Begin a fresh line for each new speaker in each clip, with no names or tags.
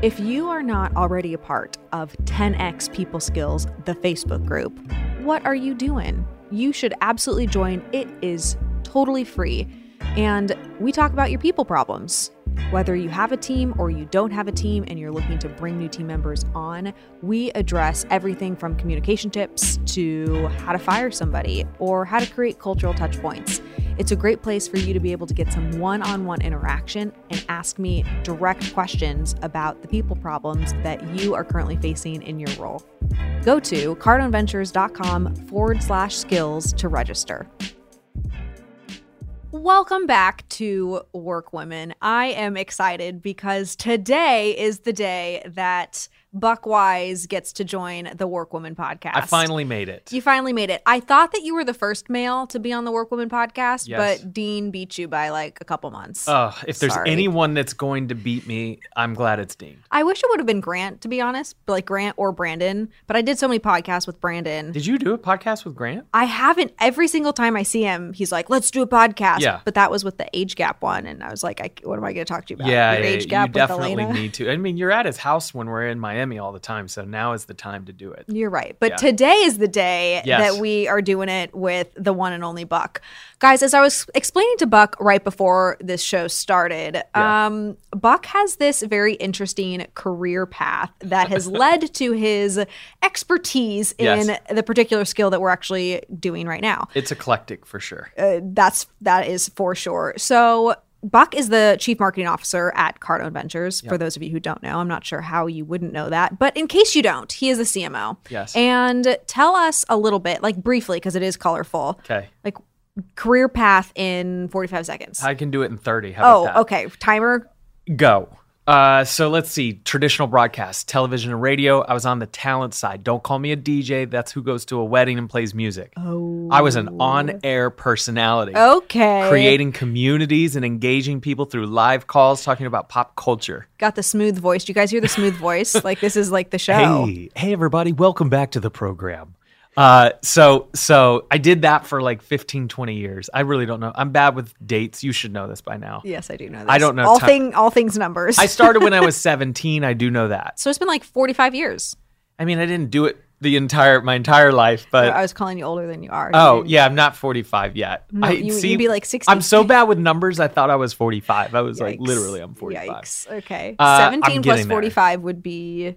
If you are not already a part of 10x People Skills, the Facebook group, what are you doing? You should absolutely join. It is totally free. And we talk about your people problems. Whether you have a team or you don't have a team and you're looking to bring new team members on, we address everything from communication tips to how to fire somebody or how to create cultural touch points. It's a great place for you to be able to get some one on one interaction and ask me direct questions about the people problems that you are currently facing in your role. Go to cardonventures.com forward slash skills to register. Welcome back to Work Women. I am excited because today is the day that Buckwise gets to join the Work Women podcast.
I finally made it.
You finally made it. I thought that you were the first male to be on the Workwoman podcast,
Yes. Uh.
but Dean beat you by like a couple months.
Ugh, if there's
Sorry. Mm-hmm.
anyone that's going to beat me, I'm glad it's Dean.
I wish it would have been Grant, to be honest, but like Grant or Brandon. But I did so many podcasts with Brandon.
Did you do a podcast with Grant?
I haven't. Every single time I see him, he's like, "Let's do a podcast."
Yeah.
But that was with the age gap one, and I was like, I, "What am I going to talk to you about?"
yeah,
Your
yeah,
age
you
gap with
definitely
Elena.
need to. I mean, you're at his house when we're in Miami all the time, so now is the time to do it.
You're right. But
Yeah.
today is the day
Yes.
that we are doing it with the one and only Buck. Guys, as I was explaining to Buck right before this show started,
Yeah.
um, Buck has this very interesting career path that has led to his expertise in
Yes.
the particular skill that we're actually doing right now.
It's eclectic for sure.
Uh, that's that is for sure. So Buck is the chief marketing officer at Cardone Ventures. For those of you who don't know, I'm not sure how you wouldn't know that, but in case you don't, he is the CMO.
Yes.
And tell us a little bit, like briefly, because it is colorful.
Okay.
Like career path in 45 seconds.
I can do it in 30. How about
oh,
that?
okay. Timer.
go. Uh, so let's see. Traditional broadcast, television and radio. I was on the talent side. Don't call me a DJ. That's who goes to a wedding and plays music.
Oh.
I was an on-air personality,
Okay.
creating communities and engaging people through live calls, talking about pop culture.
Got the smooth voice. Do you guys hear the smooth voice? like this is like the show.
Hey, hey, everybody. Welcome back to the program. Uh, so, so I did that for like 15, 20 years. I really don't know. I'm bad with dates. You should know this by now.
Yes, I do know. This.
I don't know
all
ti-
thing all things numbers.
I started when I was 17. I do know that.
so it's been like 45 years.
I mean, I didn't do it the entire, my entire life, but
I was calling you older than you are.
Oh yeah, I'm not 45 yet. I
you- you'd be like 60.
I'm so bad with numbers. I thought I was 45. I was
Yikes.
like literally I'm 45.
Yikes. Okay.
Uh, I'm
17 plus
getting there.
45 would be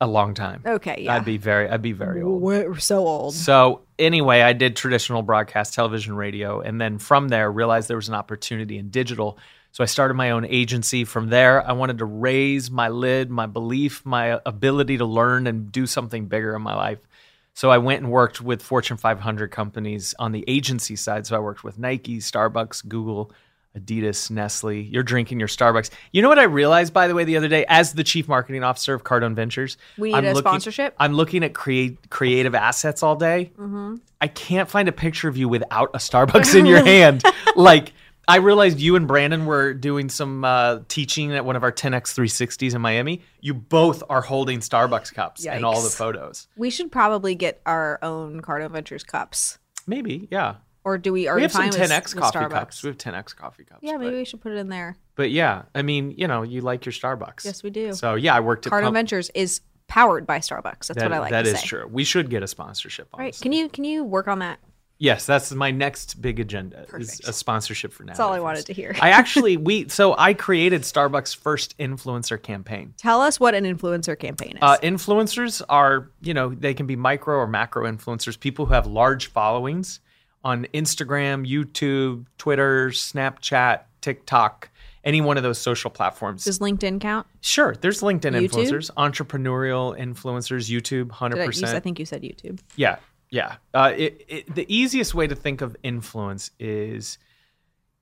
A long time.
okay. Oh, Yeah.
I'd be very I'd be very old.
We're so old.
So anyway, I did traditional broadcast television radio and then from there realized there was an opportunity in digital. So I started my own agency from there. I wanted to raise my lid, my belief, my ability to learn and do something bigger in my life. So I went and worked with Fortune 500 companies on the agency side. So I worked with Nike, Starbucks, Google, Adidas, Nestle. You're drinking your Starbucks. You know what I realized by the way the other day as the chief marketing officer of Cardone Ventures?
We need
I'm
a
looking-
sponsorship? Mm-hmm.
I'm looking at create creative assets all day. I can't find a picture of you without a Starbucks in your hand. like I realized you and Brandon were doing some uh, teaching at one of our 10x 360s in Miami. You both are holding Starbucks cups in all the
Yikes.
photos.
We should probably get our own Cardo Ventures cups.
Maybe, yeah.
Or do we already
we have some
find
10x
with,
coffee
with Starbucks?
cups. We have 10x coffee cups.
yeah,
but-
maybe we should put it in there.
But, yeah, I mean, you know, you like your Starbucks.
Yes, we do.
So yeah, I worked at
Cardo
Pump-
Ventures is powered by Starbucks. That's
That,
what I like
that
to
is
say.
true. We should get a sponsorship on
All right. Can you can you work on that?
Yes, that's my next big agenda is
Perfect.
a sponsorship for now. That's
all I wanted to hear.
I actually we so I created Starbucks' first influencer campaign.
Tell us what an influencer campaign is.
Uh, influencers are you know they can be micro or macro influencers, people who have large followings on Instagram, YouTube, Twitter, Snapchat, TikTok, any one of those social platforms.
Does LinkedIn count?
sure, there's LinkedIn
YouTube?
influencers, entrepreneurial influencers, YouTube, hundred
Did I, you,
percent.
I think you said YouTube.
Yeah, yeah. Uh, it, it, the easiest way to think of influence is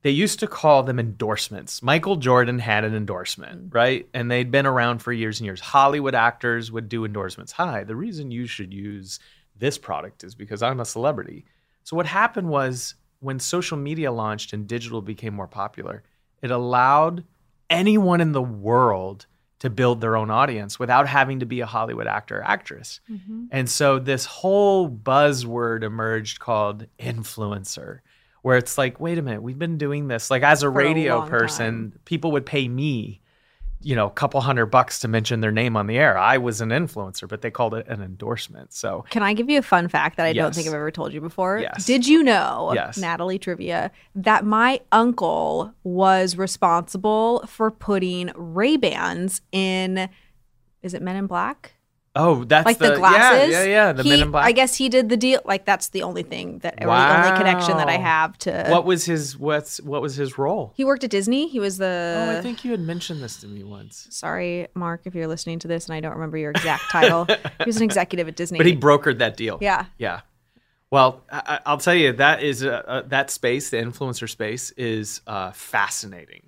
they used to call them endorsements. Michael Jordan had an endorsement, right? And they'd been around for years and years. Hollywood actors would do endorsements. Hi, the reason you should use this product is because I'm a celebrity. So what happened was when social media launched and digital became more popular, it allowed anyone in the world to build their own audience without having to be a Hollywood actor or actress. And so this whole buzzword emerged called influencer, where it's like, wait a minute, we've been doing this. Like as a
For a
radio
long
person, people would pay me you know, a couple hundred bucks to mention their name on the air. I was an influencer, but they called it an endorsement. So
Can I give you a fun fact that I don't
Yes.
think I've ever told you before?
Yes.
Did you know,
Yes.
Natalie Trivia, that my uncle was responsible for putting Ray Bans in, is it Men in Black?
Oh, that's
like the,
the,
glasses.
Yeah, yeah, yeah. The
He-
Men in Black.
I guess he did the deal. Like that's the only thing that, or the only connection that I
Wow.
have to.
What was his what's what was his role?
He worked at Disney. He was the.
oh, I think you had mentioned this to me once.
Sorry, Mark, if you're listening to this and I don't remember your exact title. he was an executive at Disney.
But he brokered that deal.
yeah.
Yeah. Well, I, I- I'll tell you that is uh, uh, that space, the influencer space, is uh, fascinating.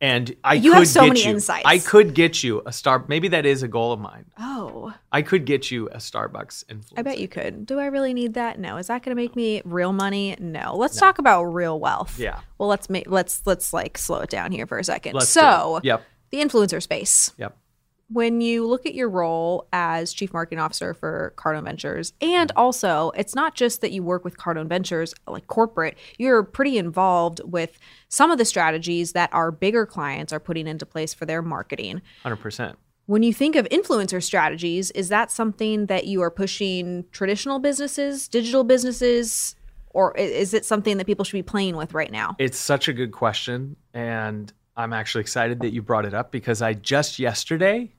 And I
You
could
have so
get
many
you,
insights.
I could get you a star. Maybe that is a goal of mine.
Oh,
I could get you a Starbucks influencer.
I bet you could. Do I really need that? No. Is that going to make me real money? No. Let's talk about real wealth.
Yeah.
Well, let's make let's let's like slow it down here for a 2nd
Let's do it.
so,
Yep.
the influencer space.
Yep.
when you look at your role as chief marketing officer for Cardone Ventures, and
Mm-hmm.
also it's not just that you work with Cardone Ventures like corporate, you're pretty involved with some of the strategies that our bigger clients are putting into place for their marketing.
Hundred percent.
When you think of influencer strategies, is that something that you are pushing traditional businesses, digital businesses, or i- is it something that people should be playing with right now?
It's such a good question, and I'm actually excited that you brought it up because I just yesterday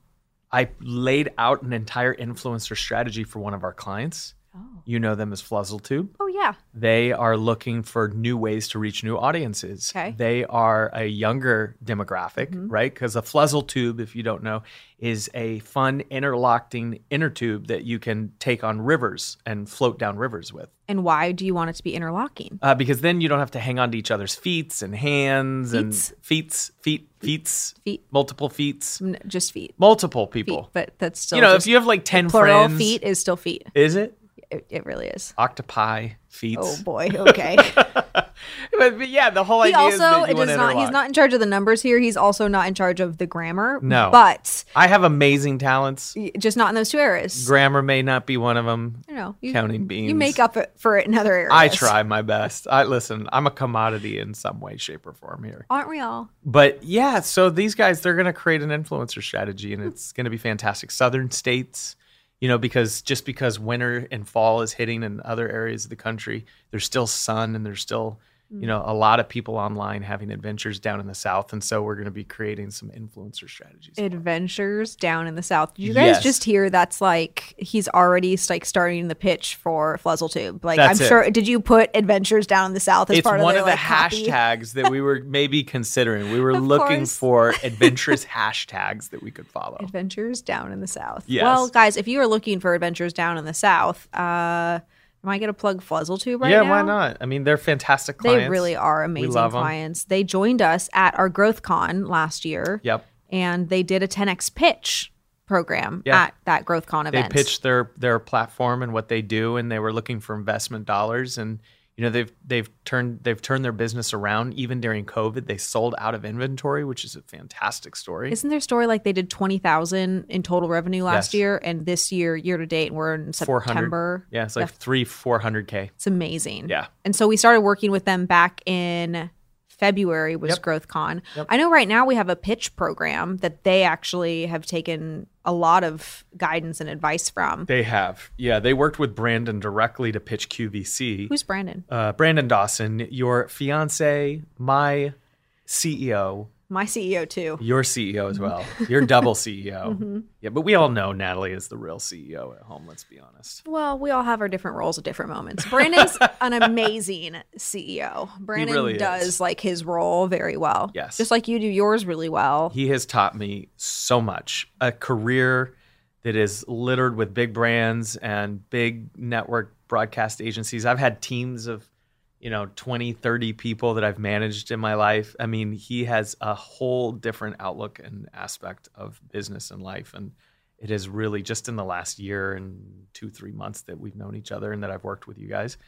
I laid out an entire influencer strategy for one of our clients.
Oh,
You know them as FuzzleTube.
oh yeah.
They are looking for new ways to reach new audiences.
Okay. Mm-hmm.
They are a younger demographic, right? Because a fluzzle tube, if you don't know, is a fun interlocking inner tube that you can take on rivers and float down rivers with.
And why do you want it to be interlocking?
Uh, because then you don't have to hang on to each other's feet and hands
Feets?
and feet, feet, feet,
Feet.
multiple feet,
N- Just feet.
multiple people.
But that's still
You know,
just
if you have like 10
plural
friends,
feet is still feet.
is it?
It, it really is.
Octopi, feet.
Oh boy. Okay.
But, but yeah, the whole
he
idea
also
is that you
it
want
is
to
not. He's
interlock.
not in charge of the numbers here. He's also not in charge of the grammar.
No.
But
I have amazing talents.
y- just not in those two areas.
Grammar may not be one of them.
you know, you,
Counting beans.
You make up it- for it in other areas.
I try my best. I listen, I'm a commodity in some way, shape, or form here.
Aren't we all?
But yeah, so these guys, they're going to create an influencer strategy and it's going to be fantastic. Southern states, you know, because just because winter and fall is hitting in other areas of the country, there's still sun and there's still, you know, a lot of people online having adventures down in the South. And so we're going to be creating some influencer strategies.
Adventures down in the south. Did you guys
Yes.
just hear? That's like he's already like starting the pitch for Fluzzletube. Like
That's
I'm
it.
sure. Did you put adventures down in the south as
it's
part
one
of,
of the
their, like, copy?
hashtags that we were maybe considering. We were
Of
looking
course.
for adventurous hashtags that we could follow.
Adventures Down in the South.
Yes.
Well, guys, if you are looking for Adventures Down in the South, uh, am I going to plug FuzzleTube right
yeah,
now?
why not? I mean, they're fantastic
They
clients.
really are amazing
love 'em.
clients. They joined us at our Growth Con last year,
Yep.
and they did a 10x pitch program
Yeah.
at that Growth Con
They
event.
pitched their their platform and what they do, and they were looking for investment dollars. And you know, they've they've turned they've turned their business around. Even during COVID, they sold out of inventory, which is a fantastic story.
Isn't their story like they did twenty thousand in total revenue last
Yes.
year, and this year, year to date, we're in
400.
September.
Yeah, it's like three four hundred k.
It's amazing.
Yeah.
And so we started working with them back in February was Growth GrowthCon. I know right now we have a pitch program that they actually have taken a lot of guidance and advice from.
They have, yeah, they worked with Brandon directly to pitch QVC.
Who's Brandon?
uh, Brandon Dawson, your fiance, my CEO,
My CEO too.
your CEO as well, your double CEO. Yeah, but we all know Natalie is the real CEO at home. Let's be honest.
Well, we all have our different roles at different moments. Brandon's an amazing CEO. Brandon
really is.
does like his role very well.
Yes.
Just like you do yours really well.
He has taught me so much. A career that is littered with big brands and big network broadcast agencies. I've had teams of you know 20 30 people that I've managed in my life. I mean, he has a whole different outlook and aspect of business and life and it is really just in the last year and 2 3 months that we've known each other and that I've worked with you guys.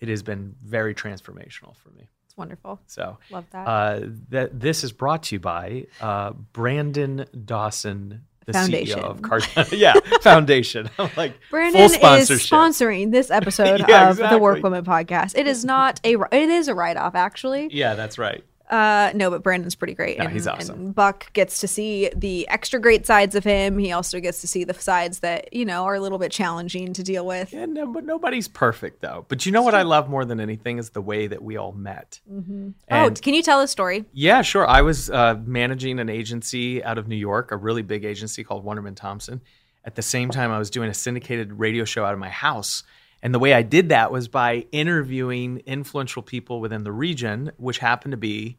It has been very transformational for me.
It's wonderful.
So
Love that.
uh, that this is brought to you by uh, Brandon Dawson, the
Foundation.
CEO of Cardano. yeah, foundation. I'm like
Brandon
full
is
sponsorship.
sponsoring this episode
Yeah,
of the
exactly.
Work Women podcast. It is not a it is a write off actually.
yeah, that's right.
Uh, no, but Brandon's pretty great.
Yeah, he's awesome.
and Buck gets to see the extra great sides of him. He also gets to see the sides that you know are a little bit challenging to deal with.
Yeah, no, but nobody's perfect though. But you know what I love more than anything is the way that we all met.
oh, can you tell a story?
Yeah, sure. I was uh, managing an agency out of New York, a really big agency called Wonderman Thompson. At the same time, I was doing a syndicated radio show out of my house. And the way I did that was by interviewing influential people within the region, which happened to be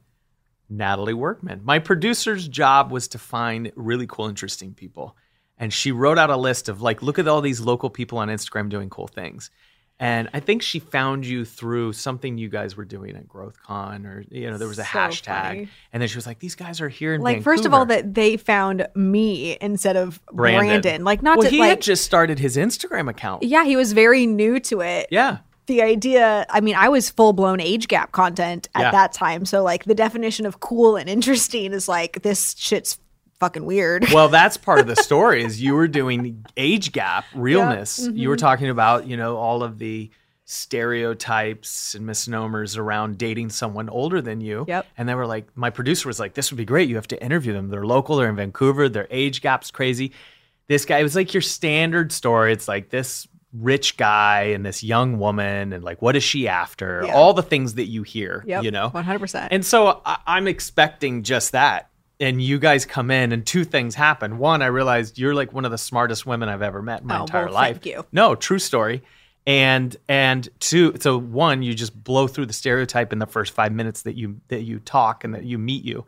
Natalie Workman. My producer's job was to find really cool, interesting people. And she wrote out a list of like, look at all these local people on Instagram doing cool things. And I think she found you through something you guys were doing at GrowthCon, or you know, there was a
So
hashtag.
funny.
And then she was like, "These guys are here in
Like, first of all,
Vancouver."
that they found me instead of Brandon.
Brandon.
Like, not
well,
to
he
like.
had just started his Instagram account.
yeah, he was very new to it.
Yeah,
the idea i mean i was full-blown age gap content at
Yeah.
that time so like the definition of cool and interesting is like this shit's fucking weird
Well, that's part of the story is you were doing age gap realness. You
Mm-hmm.
were talking about, you know, all of the stereotypes and misnomers around dating someone older than you.
Yep.
And they were like, my producer was like, this would be great. You have to interview them. They're local, they're in Vancouver, their age gap's crazy. This guy it was like your standard story. It's like this rich guy and this young woman and like what is she after?
Yeah.
All the things that you hear,
Yep,
you know.
100%
And so I, I'm expecting just that. And you guys come in, and two things happen. One, I realized you're like one of the smartest women I've ever met in my
Oh,
entire
well,
life.
thank you.
No, true story. And and two, so one, you just blow through the stereotype in the first five minutes that you that you talk and that you meet you.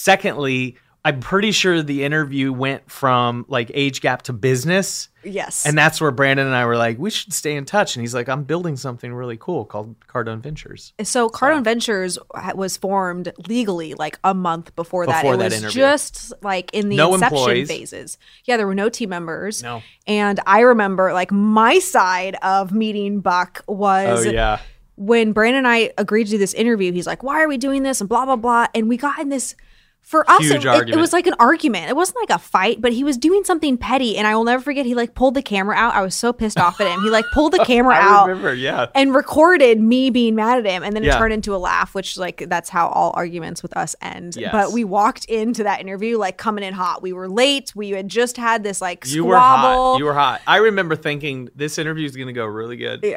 Secondly, I'm pretty sure the interview went from like age gap to business.
yes
And that's where Brandon and I were like, we should stay in touch. And he's like, I'm building something really cool called Cardone Ventures.
so Cardone Ventures ha- was formed legally like a month before, that.
Before
It
that
was
interview.
just like in the
No
inception
employees.
phases. Yeah, there were no team members.
No.
And I remember like my side of meeting Buck
Oh
was
yeah.
when Brandon and I agreed to do this interview, he's like, "Why are we doing this?" and blah blah blah. And we got in this for us.
Huge
It, it- it
argument.
was like an argument. It wasn't like a fight, but he was doing something petty, and I will never forget. He like pulled the camera out. I was so pissed off at him. He like pulled the camera
I
out
remember, yeah.
and recorded me being mad at him, and then it
Yeah.
turned into a laugh, which like that's how all arguments with us end.
Yes.
But we walked into that interview like coming in hot. We were late. We had just had this like squabble.
You were hot. You were hot. I remember thinking this interview is going to go really good or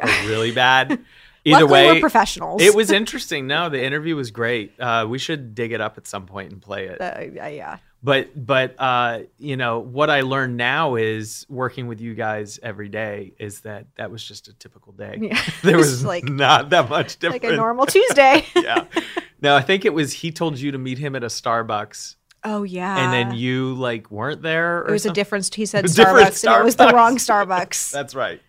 really bad. Either
Luckily,
way,
we're professionals.
it was interesting. No, the interview was great. Uh, we should dig it up at some point and play it.
Uh, yeah.
But but uh, you know what I learned now is working with you guys every day is that that was just a typical day.
Yeah.
There
It's
was
like-
like not that much
Like
different.
a normal Tuesday.
yeah. No, I think it was he told you to meet him at a Starbucks,
Oh yeah.
and then you like weren't there. Or
It was
something.
a different. He said
A different
Starbucks, and it was the
Starbucks.
wrong Starbucks. Oh,
That's right.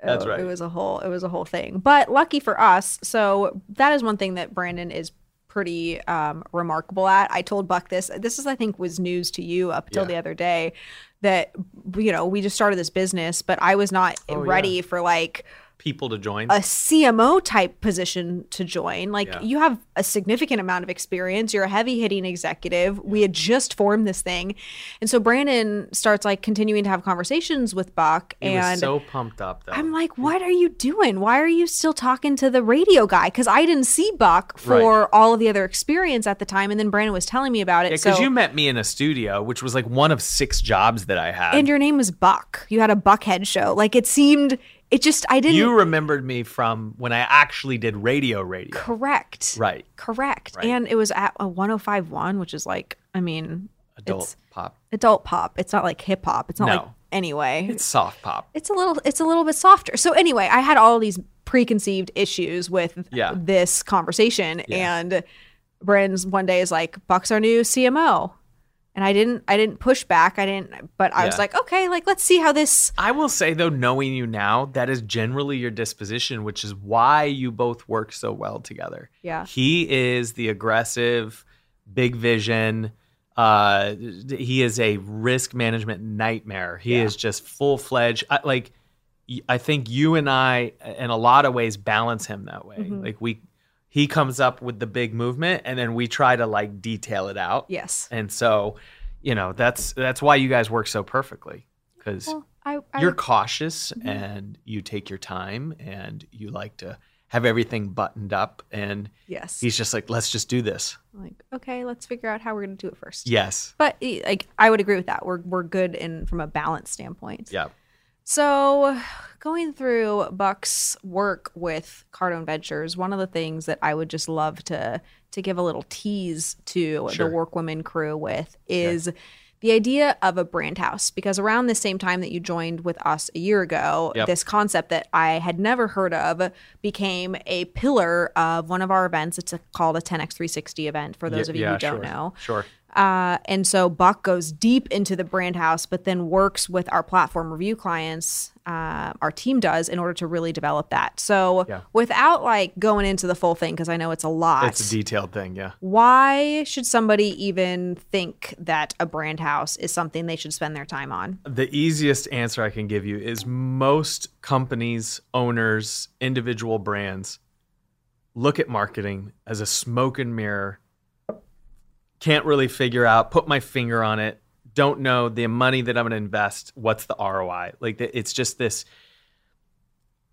That's
It
right.
was a whole. It was a whole thing. But lucky for us, so that is one thing that Brandon is pretty um, remarkable at. I told Buck this. This is, I think, was news to you up till
Yeah.
the other day that you know we just started this business, but I was not
Oh,
ready for like
People to join.
a CMO type position to join. Like
Yeah.
you have a significant amount of experience. You're a heavy hitting executive. We had just formed this thing. And so Brandon starts like continuing to have conversations with Buck
He
and
was so pumped up though.
I'm like, what are you doing? Why are you still talking to the radio guy? Because I didn't see Buck for all of the other experience at the time. And then Brandon was telling me about it.
because
so,
you met me in a studio, which was like one of six jobs that I had.
and your name was Buck. You had a Buckhead show. Like it seemed, it just, I didn't.
you remembered me from when I actually did radio radio.
correct.
Right.
Correct.
Right.
And it was at a 1051, which is like, I mean,
Adult
It's-
pop.
adult pop. It's not like hip hop. It's not
No.
like anyway.
It's soft pop.
it's a little it's a little bit softer. So anyway, I had all these preconceived issues with
Yeah.
this conversation
Yeah.
and Brandon's one day is like Buck's our new CMO. And I didn't I didn't push back. I didn't but I was
Yeah.
like, okay, like let's see how this
I will say though, knowing you now, that is generally your disposition, which is why you both work so well together.
Yeah.
He is the aggressive, big vision. Uh, he is a risk management nightmare. He
Yeah.
is just full fledged. Like, y- I think you and I, in a lot of ways, balance him that way.
Mhm.
Like we, he comes up with the big movement, and then we try to like detail it out.
Yes.
And so, you know, that's that's why you guys work so perfectly because
Well, I, I
you're cautious
Mhm.
and you take your time and you like to have everything buttoned up and
Yes.
he's just like let's just do this
like, okay, let's figure out how we're going to do it first.
yes
But eh, like I would agree with that. We're we're good in from a balance standpoint.
yeah
So, going through Buck's work with Cardone Ventures, one of the things that I would just love to to give a little tease to
Sure.
the Workwomen crew with is the idea of a brand house. Because around the same time that you joined with us a year ago,
Yep.
this concept that I had never heard of became a pillar of one of our events. It's a, called a 10x360 event for those
Yeah,
of you
yeah,
who don't
sure,
know.
sure
Uh, and so Buck goes deep into the brand house, but then works with our platform review clients, uh, our team does, in order to really develop that. So
Yeah.
without like going into the full thing, because I know it's a lot,
it's a detailed thing yeah
why should somebody even think that a brand house is something they should spend their time on?
the easiest answer I can give you is most companies, owners, individual brands look at marketing as a smoke and mirror. Can't really figure out, put my finger on it, don't know the money that I'm going to invest, what's the ROI? Like th- it's just this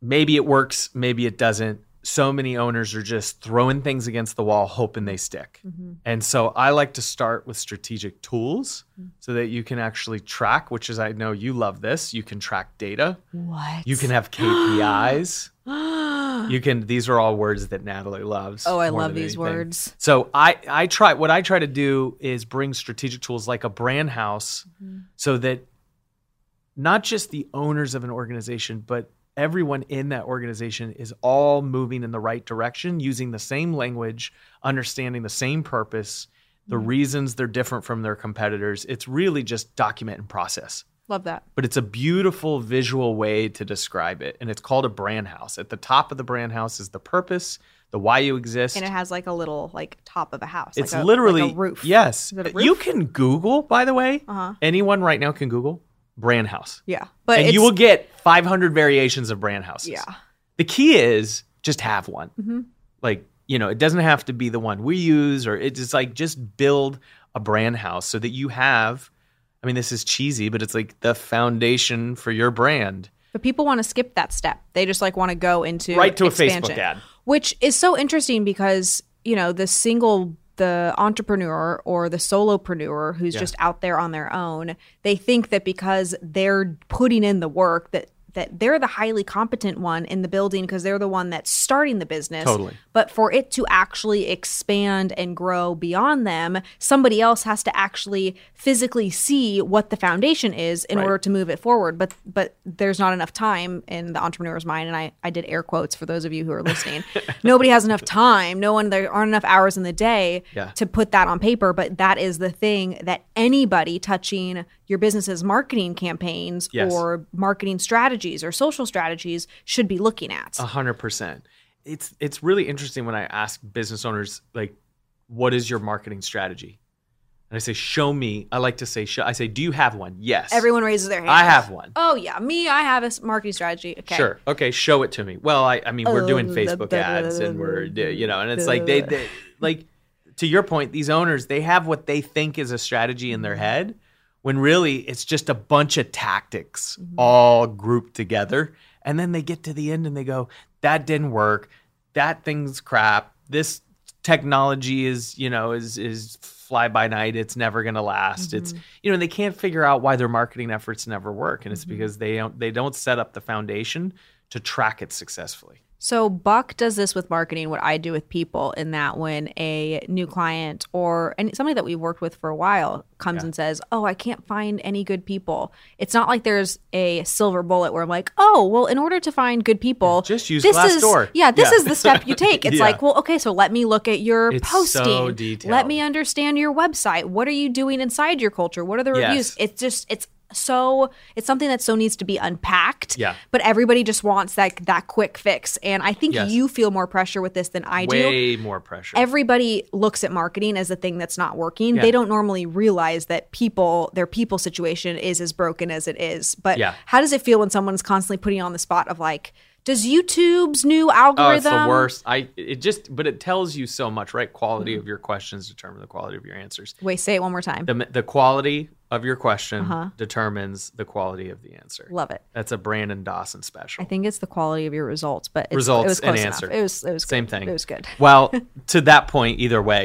maybe it works, maybe it doesn't. So many owners are just throwing things against the wall hoping they stick.
Mm-hmm.
And so I like to start with strategic tools
Mm.
so that you can actually track, which is I know you love this. You can track data.
What?
You can have KPIs. you can these are all words that Natalie loves.
Oh, I
more
love
than
these
anything.
words.
So I I try what I try to do is bring strategic tools like a brand house
Mm-hmm.
so that not just the owners of an organization but everyone in that organization is all moving in the right direction using the same language, understanding the same purpose, the
Mm-hmm.
reasons they're different from their competitors. It's really just document and process
Love that.
but it's a beautiful visual way to describe it. And it's called a brand house. At the top of the brand house is the purpose, the why you exist.
And it has like a little like top of a house.
it's
like a, like
literally
a roof.
Yes.
Is it a roof?
You can Google, by the way.
Uh-huh.
Anyone right now can Google brand house.
Yeah. But
and
it's,
you will get 500 variations of brand houses.
Yeah.
The key is just have one.
Mhm.
Like, you know, it doesn't have to be the one we use or it's just like just build a brand house so that you have I mean, this is cheesy, but it's like the foundation for your brand.
But people want to skip that step. They just like want to go into
Right to a Facebook
expansion,
ad.
which is so interesting because you know the single the entrepreneur or the solopreneur who's
Yeah.
just out there on their own. They think that because they're putting in the work that that they're the highly competent one in the building because they're the one that's starting the business.
Totally.
But for it to actually expand and grow beyond them, somebody else has to actually physically see what the foundation is in
Right.
order to move it forward. But but there's not enough time in the entrepreneur's mind. And I, I did air quotes for those of you who are listening. Nobody has enough time. No one there aren't enough hours in the day
Yeah.
to put that on paper. But that is the thing that anybody touching your business's marketing campaigns
Yes.
or marketing strategies or social strategies should be looking at.
A hundred percent. It's it's really interesting when I ask business owners like, "What is your marketing strategy?" And I say, "Show me." I like to say, show, "I say, do you have one?" Yes,
Everyone raises their hand.
I have one.
Oh yeah, me. I have a s- marketing strategy. Okay,
Sure. Okay, show it to me. Well, I I mean, we're doing
Uh,
Facebook
da- da-
ads
da-
and
da-
we're you know, and it's
da-
like they,
da-
they like to your point, these owners they have what they think is a strategy in their head, when really it's just a bunch of tactics all grouped together, and then they get to the end and they go, that didn't work, that thing's crap, this technology is you know is is fly by night it's never going to last it's you know and they can't figure out why their marketing efforts never work and it's because they don't they don't set up the foundation to track it successfully
So Buck does this with marketing. What I do with people in that when a new client or and somebody that we worked with for a while comes and says, "Oh, I can't find any good people." It's not like there's a silver bullet where I'm like, "Oh, well, in order to find good people,
just use
this is
Glassdoor."
yeah, this
Yeah.
is the step you take." It's
Yeah.
like, "Well, okay, so let me look at your
It's so
posting. Let
detailed.
me understand your website. What are you doing inside your culture? What are the
Yes.
reviews?" It's just it's so it's something that so needs to be unpacked
Yeah.
but everybody just wants that that quick fix and i think
Yes.
you feel more pressure with this than i do
way more pressure
everybody looks at marketing as the thing that's not working
Yeah.
they don't normally realize that people their people situation is as broken as it is but
Yeah.
how does it feel when someone's constantly putting you on the spot of like does youtube's new algorithm
Oh, it's the worst. I it just but it tells you so much, right? Quality of your questions determine the quality of your answers.
wait say it one more time
The the quality of your question
Uh-huh.
determines the quality of the answer.
Love it.
That's a Brandon Dawson special.
I think it's the quality of your results, but it's,
Results
it was
and
close
answer.
Enough. It was it was
Same
good.
thing.
It was good.
well, to that point, either way,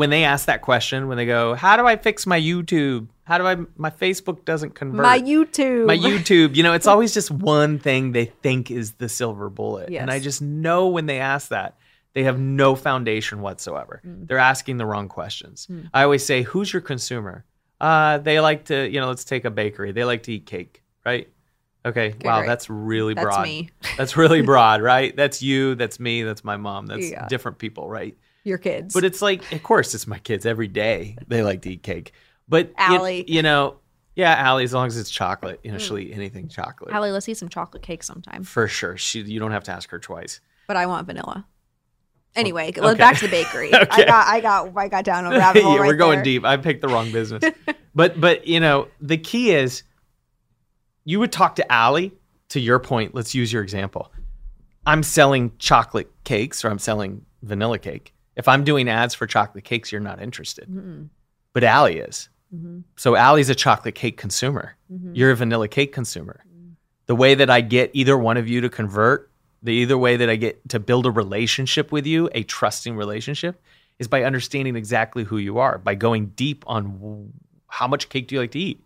when they ask that question, when they go, "How do I fix my YouTube? How do I my Facebook doesn't convert?
My YouTube.
my YouTube. You know, it's always just one thing they think is the silver bullet.
Yes.
And I just know when they ask that, they have no foundation whatsoever.
Mm.
They're asking the wrong questions. I always say, who's your consumer? Uh, they like to, you know, let's take a bakery. They like to eat cake, right? Okay. wow,
right.
that's really
That's
broad.
me.
That's really broad, right? That's you, that's me, that's my mom, that's
Yeah.
different people, right?
Your kids.
But it's like, of course, it's my kids every day. They like to eat cake. But you-
Allie. Mm.
you, know, yeah, Allie, as long as it's chocolate, you know, she'll eat anything chocolate
Allie, let's eat some chocolate cake sometime.
for sure. She, you don't have to ask her twice.
But I want vanilla. Anyway,
okay.
back to the bakery. I
Okay.
got I got I got down a rabbit
Yeah,
hole. right
we're going
there.
deep. I picked the wrong business. but but you know, the key is you would talk to Allie. To your point, let's use your example. I'm selling chocolate cakes or I'm selling vanilla cake. If I'm doing ads for chocolate cakes, you're not interested.
Mm-mm.
But Allie is.
Mhm.
So Allie's a chocolate cake consumer.
Mhm.
You're a vanilla cake consumer.
Mm-hmm.
The way that I get either one of you to convert, the either way that I get to build a relationship with you, a trusting relationship, is by understanding exactly who you are, by going deep on w- how much cake do you like to eat.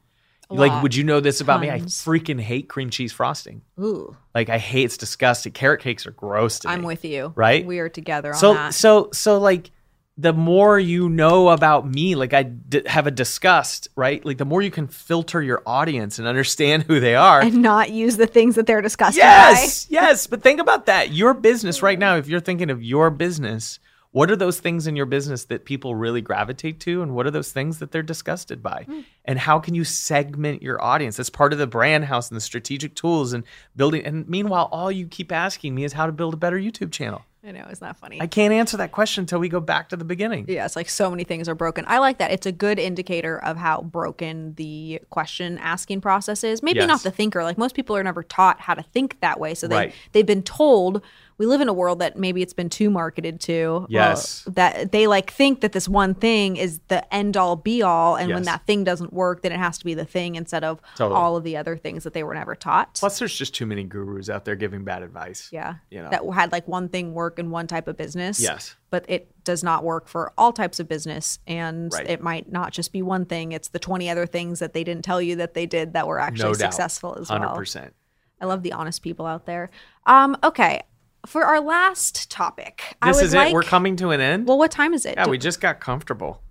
A
like,
lot.
would you know this about me? I
Tons.
freaking hate cream cheese frosting.
Ooh,
Like, I hate it's disgusting. Carrot cakes are gross to me.
I'm with you.
Right?
We are together on
so
that.
so so like the more you know about me like I d- have a disgust right like the more you can filter your audience and understand who they are
and not use the things that they're disgusted
yes yes but think about that your business right now if you're thinking of your business what are those things in your business that people really gravitate to and what are those things that they're disgusted by
Hmm.
and how can you segment your audience that's part of the brand house and the strategic tools and building and meanwhile all you keep asking me is how to build a better youtube channel
by. I know, it's not funny?
I can't answer that question until we go back to the beginning.
yeah, it's like so many things are broken. I like that. It's a good indicator of how broken the question asking process is. Maybe not
Yes.
the thinker. Like most people are never taught how to think that way. So they
Right.
they've been told we live in a world that maybe it's been too marketed to. well,
Yes.
that they like think that this one thing is the end all be all and when
Yes.
that thing doesn't work then it has to be the thing instead of
Totally.
all of the other things that they were never taught.
Plus, there's just too many gurus out there giving bad advice.
yeah.
You know.
That had like one thing work in one type of business.
yes.
but it does not work for all types of business and
Right.
it might not just be one thing it's the 20 other things that they didn't tell you that they did that were actually
No doubt.
successful as
Hundred
well
percent.
i love the honest people out there um okay for our last topic i
This
would
is
like
it. We're coming to an end.
well what time is it
yeah,
Do-
we just got comfortable.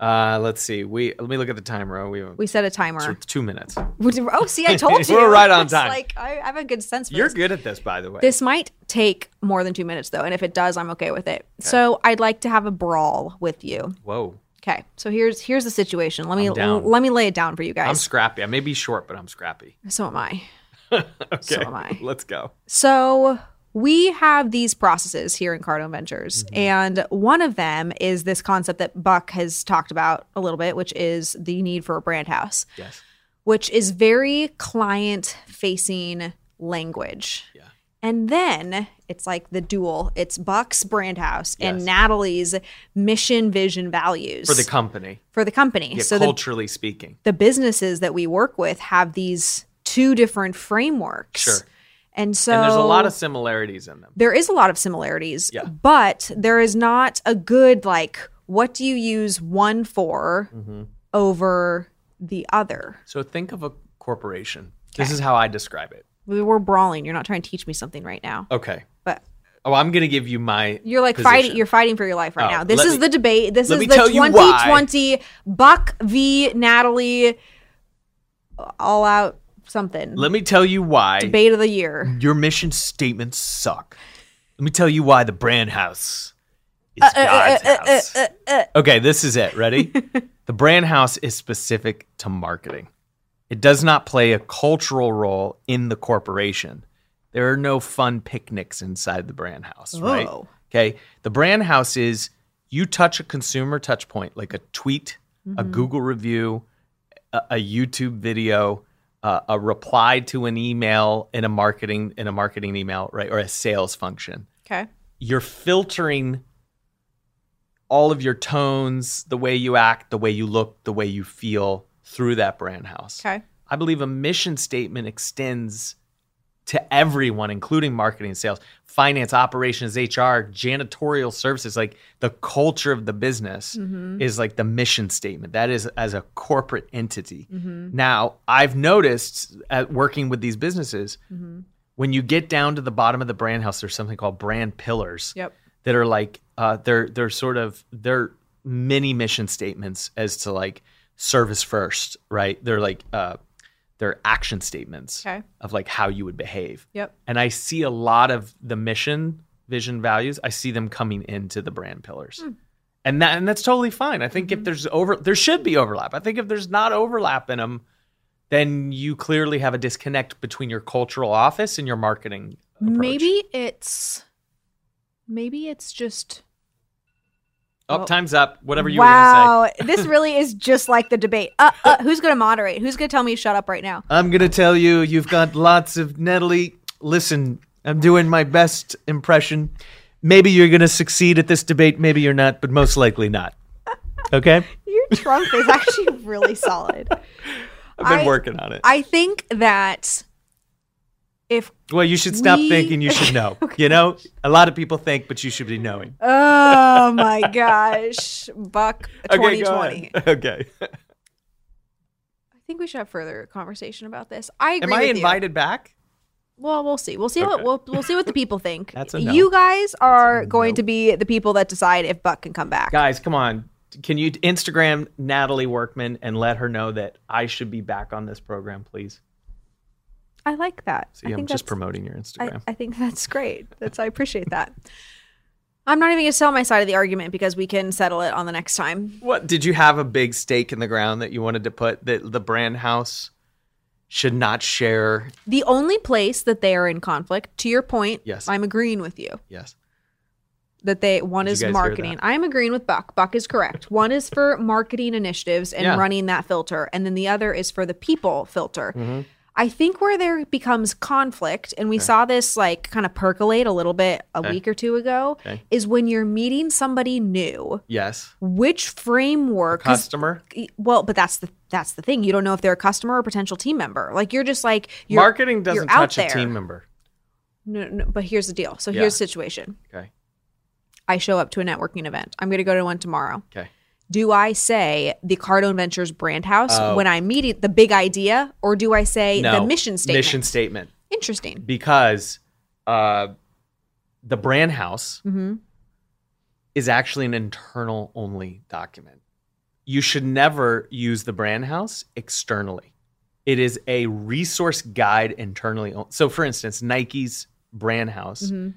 Uh, let's see. We let me look at the timer. We have
we set a timer
two minutes.
oh see i told you
We're right on
It's
time.
like I, I have a good sense for
You're
this.
good at this, by the way.
This might take more than two minutes though and if it does i'm okay with it so i'd like to have a brawl with you
Whoa,
okay so here's here's the situation let me
I'm down.
let me lay it down for you
I'm
guys
scrappy. I may be short, but I'm scrappy.
So am I.
Okay,
So am I.
let's go.
So we have these processes here in Cardo Ventures,
Mm-hmm.
and one of them is this concept that Buck has talked about a little bit, which is the need for a brand house,
Yes.
which is very client facing language.
Yeah.
And then it's like the dual. It's Buck's brand house and
Yes.
Natalie's mission, vision, values
For the company,
for the company.
yeah,
so the
culturally speaking.
the businesses that we work with have these two different frameworks.
Sure.
And so
and there's a lot of similarities in them.
there is a lot of similarities,
Yeah.
but there is not a good like what do you use one for
Mm-hmm.
over the other?
So think of a corporation. This is how I describe it.
We were brawling. You're not trying to teach me something right now,
Okay.
but
Oh, I'm gonna give you my.
you're like
position.
fighting. You're fighting for your life right
Oh,
now. This
let
is
me-
the debate. This
let
is
me
the
tell you why.
2020 Buck v Natalie uh, all out something
Let me tell you why
debate of the year.
your mission statements suck. Let me tell you why the brand house
Uh,
is God's house. Okay, this is it. Ready? the brand house is specific to marketing. It does not play a cultural role in the corporation. There are no fun picnics inside the brand house, right?
Oh.
Okay. The brand house is you touch a consumer touch point, like a tweet, a Google review, a, a YouTube video, uh, a reply to an email in a marketing in a marketing email, right, or a sales function.
Okay.
You're filtering all of your tones, the way you act, the way you look, the way you feel through that brand house.
Okay.
I believe a mission statement extends to everyone, including marketing, sales, finance, operations, HR, janitorial services. Like the culture of the business is like the mission statement. That is as a corporate entity. Now, I've noticed at working with these businesses, when you get down to the bottom of the brand house, there's something called brand pillars
Yep.
that are like uh, they're they're sort of they're mini mission statements as to like service first, right? They're like uh, they're action statements
Okay.
of like how you would behave.
Yep.
And I see a lot of the mission, vision, values. I see them coming into the brand pillars.
Hmm.
And that and that's totally fine. I
Mm-hmm.
think if there's over there should be overlap. I think if there's not overlap in them, then you clearly have a disconnect between your cultural office and your marketing approach.
Maybe it's maybe it's just
Up, time's up. Whatever you were gonna say.
wow. this really is just like the debate. Uh, uh, who's going to moderate? Who's going to tell me to shut up right now?
I'm gonna tell you, you've got lots of Natalie. Listen, I'm doing my best impression. Maybe you're gonna succeed at this debate. Maybe you're not, but most likely not. Okay,
Your trunk is actually really solid.
I've been
I-
working on it.
I think that if
well, you should stop
we-
thinking. You should know. You know, a lot of people think, but you should be knowing.
oh my gosh, Buck 2020.
go on. Okay.
I think we should have further conversation about this. I agree
Am I
with you.
invited back?
Well, we'll see. We'll see what
Okay.
we'll we'll see what the people think.
That's a no.
You guys are going
no.
to be the people that decide if Buck can come back.
Guys, come on. Can you Instagram Natalie Workman and let her know that I should be back on this program, please?
I like that.
See,
I
I'm
think
just
that's-
promoting your Instagram.
I, I think that's great. That's I appreciate that. I'm not even gonna sell my side of the argument because we can settle it on the next time.
What did you have a big stake in the ground that you wanted to put that the brand house should not share?
The only place that they are in conflict, to your point,
Yes.
I'm agreeing with you.
Yes.
that they one
Did you
is
guys hear
marketing.
that?
I am agreeing with Buck. Buck is correct. One is for marketing initiatives and
Yeah.
running that filter, and then the other is for the people filter.
Mm-hmm.
I think where there becomes conflict, and we saw this like kind of percolate a little bit a
Okay.
week or two ago,
Okay.
is when you're meeting somebody new.
Yes.
Which framework? 'cause
Customer
well but that's the that's the thing you don't know if they're a customer or potential team member like you're just like you're,
marketing doesn't
you're out
touch
there.
a team member.
no, no, but here's the deal so
Yeah.
here's the situation
Okay.
i show up to a networking event i'm going to go to one tomorrow
Okay.
do I say the Cardone Ventures brand house
Oh.
when I'm meeting the big idea, or do I say
No.
the mission statement?
Mission statement
Interesting.
because uh, the brand house
hmm
is actually an internal only document. You should never use the brand house externally. It is a resource guide internally. on- So, for instance, Nike's brand house
Mm-hmm.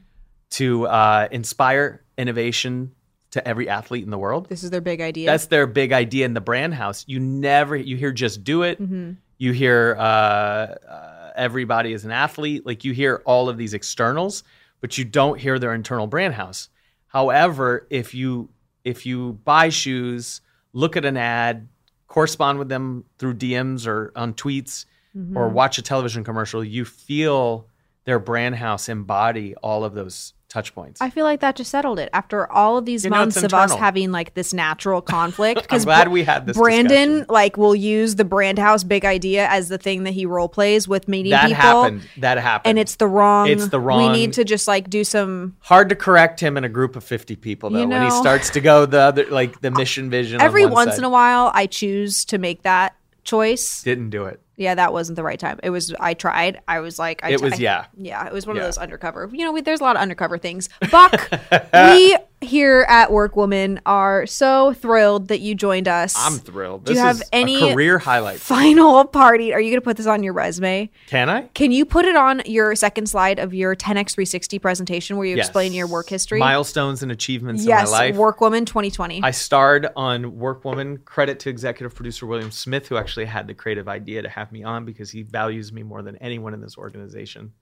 to uh, inspire innovation to every athlete in the world.
This is their big idea.
That's their big idea in the brand house. You never you hear just do it.
Mm-hmm.
You hear uh, uh, everybody is an athlete. Like you hear all of these externals, but you don't hear their internal brand house. However, if you if you buy shoes, look at an ad, correspond with them through DMs or on tweets, or watch a television commercial, you feel their brand house embody all of those touch points.
I feel like that just settled it after all of these
You know, it's
months of us
internal.
having like this natural conflict.
I'm glad we had this.
Brandon
discussion.
like will use the brand house big idea as the thing that he role plays with meeting
that
people,
happened. That happened.
and it's the wrong.
It's the
We
wrong-
need to just like do some.
hard to correct him in a group of 50 people though
You
when he
know. Uh,
starts to go the other like the mission vision
Every
on one
once
side.
in a while, I choose to make that choice.
didn't do it
yeah, that wasn't the right time. It was I tried. I was like, I
it
t-
was yeah
yeah. It was one
Yeah.
of those undercover. You know, we, there's a lot of undercover things. Buck, we here at Work Woman are so thrilled that you joined us.
i'm thrilled
Do
this
you have
is
any
a career highlight
Final party. Are you gonna put this on your resume?
can i
Can you put it on your second slide of your 10x360 presentation where you explain your work history?
milestones and achievements
yes,
in my life
Work Woman 2020.
i starred on workwoman credit to executive producer william smith who actually had the creative idea to have me on because he values me more than anyone in this organization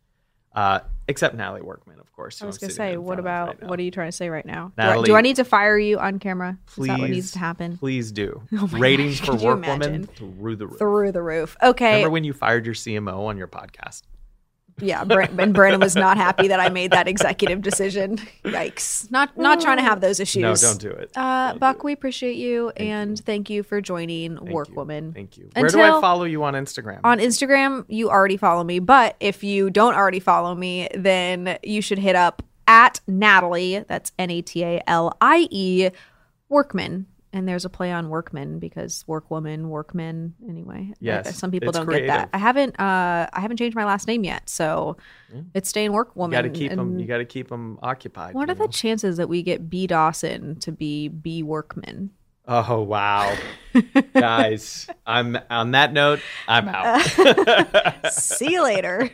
uh, except natalie workman of course
I was gonna say, what about what are you trying to say right now? Do I-
Natalie,
do I need to fire you on camera? Is that what
Please.
needs to happen? Oh
please do
my
ratings
gosh,
for
could you
workwoman
imagine?
through the roof
through the roof. Okay.
Remember when you fired your CMO on your podcast?
Yeah, Brand- and Brandon was not happy that I made that executive decision. Yikes! Not not trying to have those issues.
No, don't do it.
Uh,
Don't do
Buck,
it.
we appreciate you
Thank
and thank you for joining
Thank you.
Workwoman.
Thank you. Where do I
Until-
follow you on Instagram?
On Instagram, you already follow me, but if you don't already follow me, then you should hit up at Natalie. That's N A T A L I E Workman. And there's a play on workman because workwoman, workmen. Anyway,
Yes,
some people
it's
don't get
creative.
that. I haven't, uh, I haven't changed my last name yet, so
Yeah.
it's staying workwoman.
you got to keep them.
and
You got to keep them occupied.
What
you
are the
know?
chances that we get B Dawson to be B Workman?
Oh wow, guys! I'm on that note. I'm out.
See you later.